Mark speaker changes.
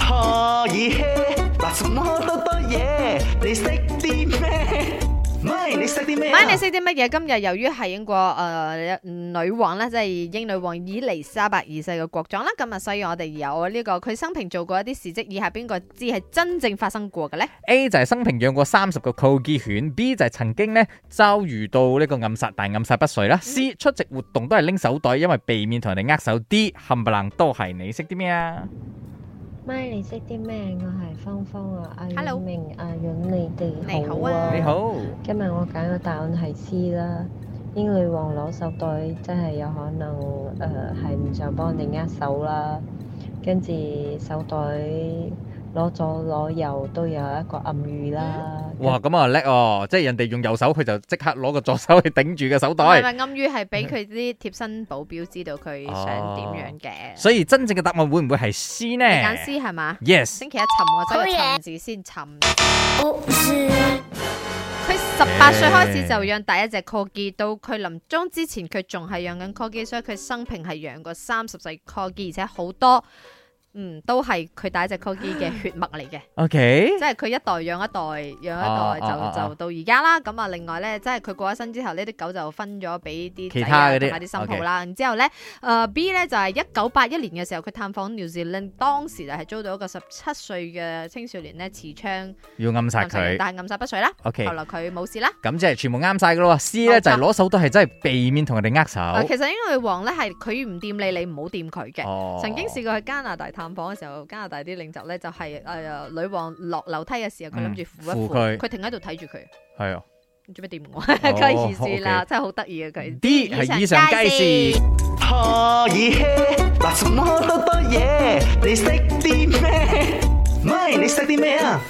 Speaker 1: 我耳嘿，嗱什麼多多嘢，你識啲咩？咪你識啲 咩啊？
Speaker 2: 咪你識啲乜嘢？今日由於係英國誒、呃女王咧，即係英女王伊麗莎白二世嘅國葬啦，咁啊，所以我哋有呢、個佢生平做過一啲事蹟，以下邊個知係真正發生過嘅咧？
Speaker 3: A 就係生平養過三十個扣機犬，B 就係曾經咧遭遇到呢個暗殺，但係暗殺不遂啦。C 出席活動都係拎手袋，因為避免同人哋握手。D 冚唪唥都係你識啲咩啊？
Speaker 4: 咪你識啲咩？我係芳芳啊，阿
Speaker 2: Hello
Speaker 4: 遠明、阿遠，你
Speaker 2: 你
Speaker 4: 哋
Speaker 2: 好
Speaker 4: 好
Speaker 2: 啊
Speaker 4: 啊！
Speaker 3: 你好，
Speaker 4: 今日我揀嘅答案係 C 啦。英女王攞手袋真係有可能誒係唔想幫人哋握手啦，跟住手袋攞左攞右都有一個暗語啦。
Speaker 3: 哇咁啊叻哦！即係人哋用右手，佢就即刻攞個左手去頂住個
Speaker 2: 係
Speaker 3: 手
Speaker 2: 咪
Speaker 3: 袋。
Speaker 2: 啊暗語係俾佢啲貼身保鏢知道佢想點樣嘅？
Speaker 3: 所以真正嘅答案會唔會係 C 呢
Speaker 2: 你揀 C 係嘛？
Speaker 3: ？Yes。
Speaker 2: 星期一沉我走去沉字先沉。佢十八歲開始就養第一隻 corgi，到佢臨終之前佢仲係養緊 corgi，所以佢生平係養過三十歲 corgi，而且好多嗯都係佢第一隻 corgi 嘅血脈 嚟嘅。
Speaker 3: OK。
Speaker 2: 即係佢一代養一代，養一代就、
Speaker 3: 啊啊啊
Speaker 2: 就到而家啦。咁啊，另外咧，即係佢過咗身之後，呢啲狗就分咗俾啲
Speaker 3: 其
Speaker 2: 仔
Speaker 3: 他
Speaker 2: 啊
Speaker 3: 嗰啲
Speaker 2: 同埋啲新抱啦。然之後咧，誒、B 咧就係一九八一年嘅時候，佢探訪 New Zealand，當時就係遭到一個十七歲嘅青少年咧持槍
Speaker 3: 要暗殺
Speaker 2: 暗殺人，
Speaker 3: 佢。
Speaker 2: 但係暗殺不遂啦。
Speaker 3: OK，
Speaker 2: 後來佢冇事啦。
Speaker 3: 咁即係全部啱晒噶咯喎。C 咧就係攞手都係真係避免同人哋
Speaker 2: 啊
Speaker 3: 握手
Speaker 2: 其。實英女王咧係佢唔掂你，你唔好掂佢嘅。
Speaker 3: 哦
Speaker 2: 曾經試過去加拿大探訪嘅時候，加拿大啲領袖咧就係、呃女王落樓梯嘅時候，佢諗住扶一
Speaker 3: 嗯
Speaker 2: 扶
Speaker 3: 扶佢
Speaker 2: 佢停喺度睇住佢。
Speaker 3: 係啊。
Speaker 2: 唔知咩掂我
Speaker 3: 哦
Speaker 2: 佢意思啦，
Speaker 3: OK
Speaker 2: 真係好得意啊佢。
Speaker 3: D 係以上皆是。
Speaker 1: 可以嘿，嗱什麼多多嘢，你識啲咩？咪你識啲咩啊？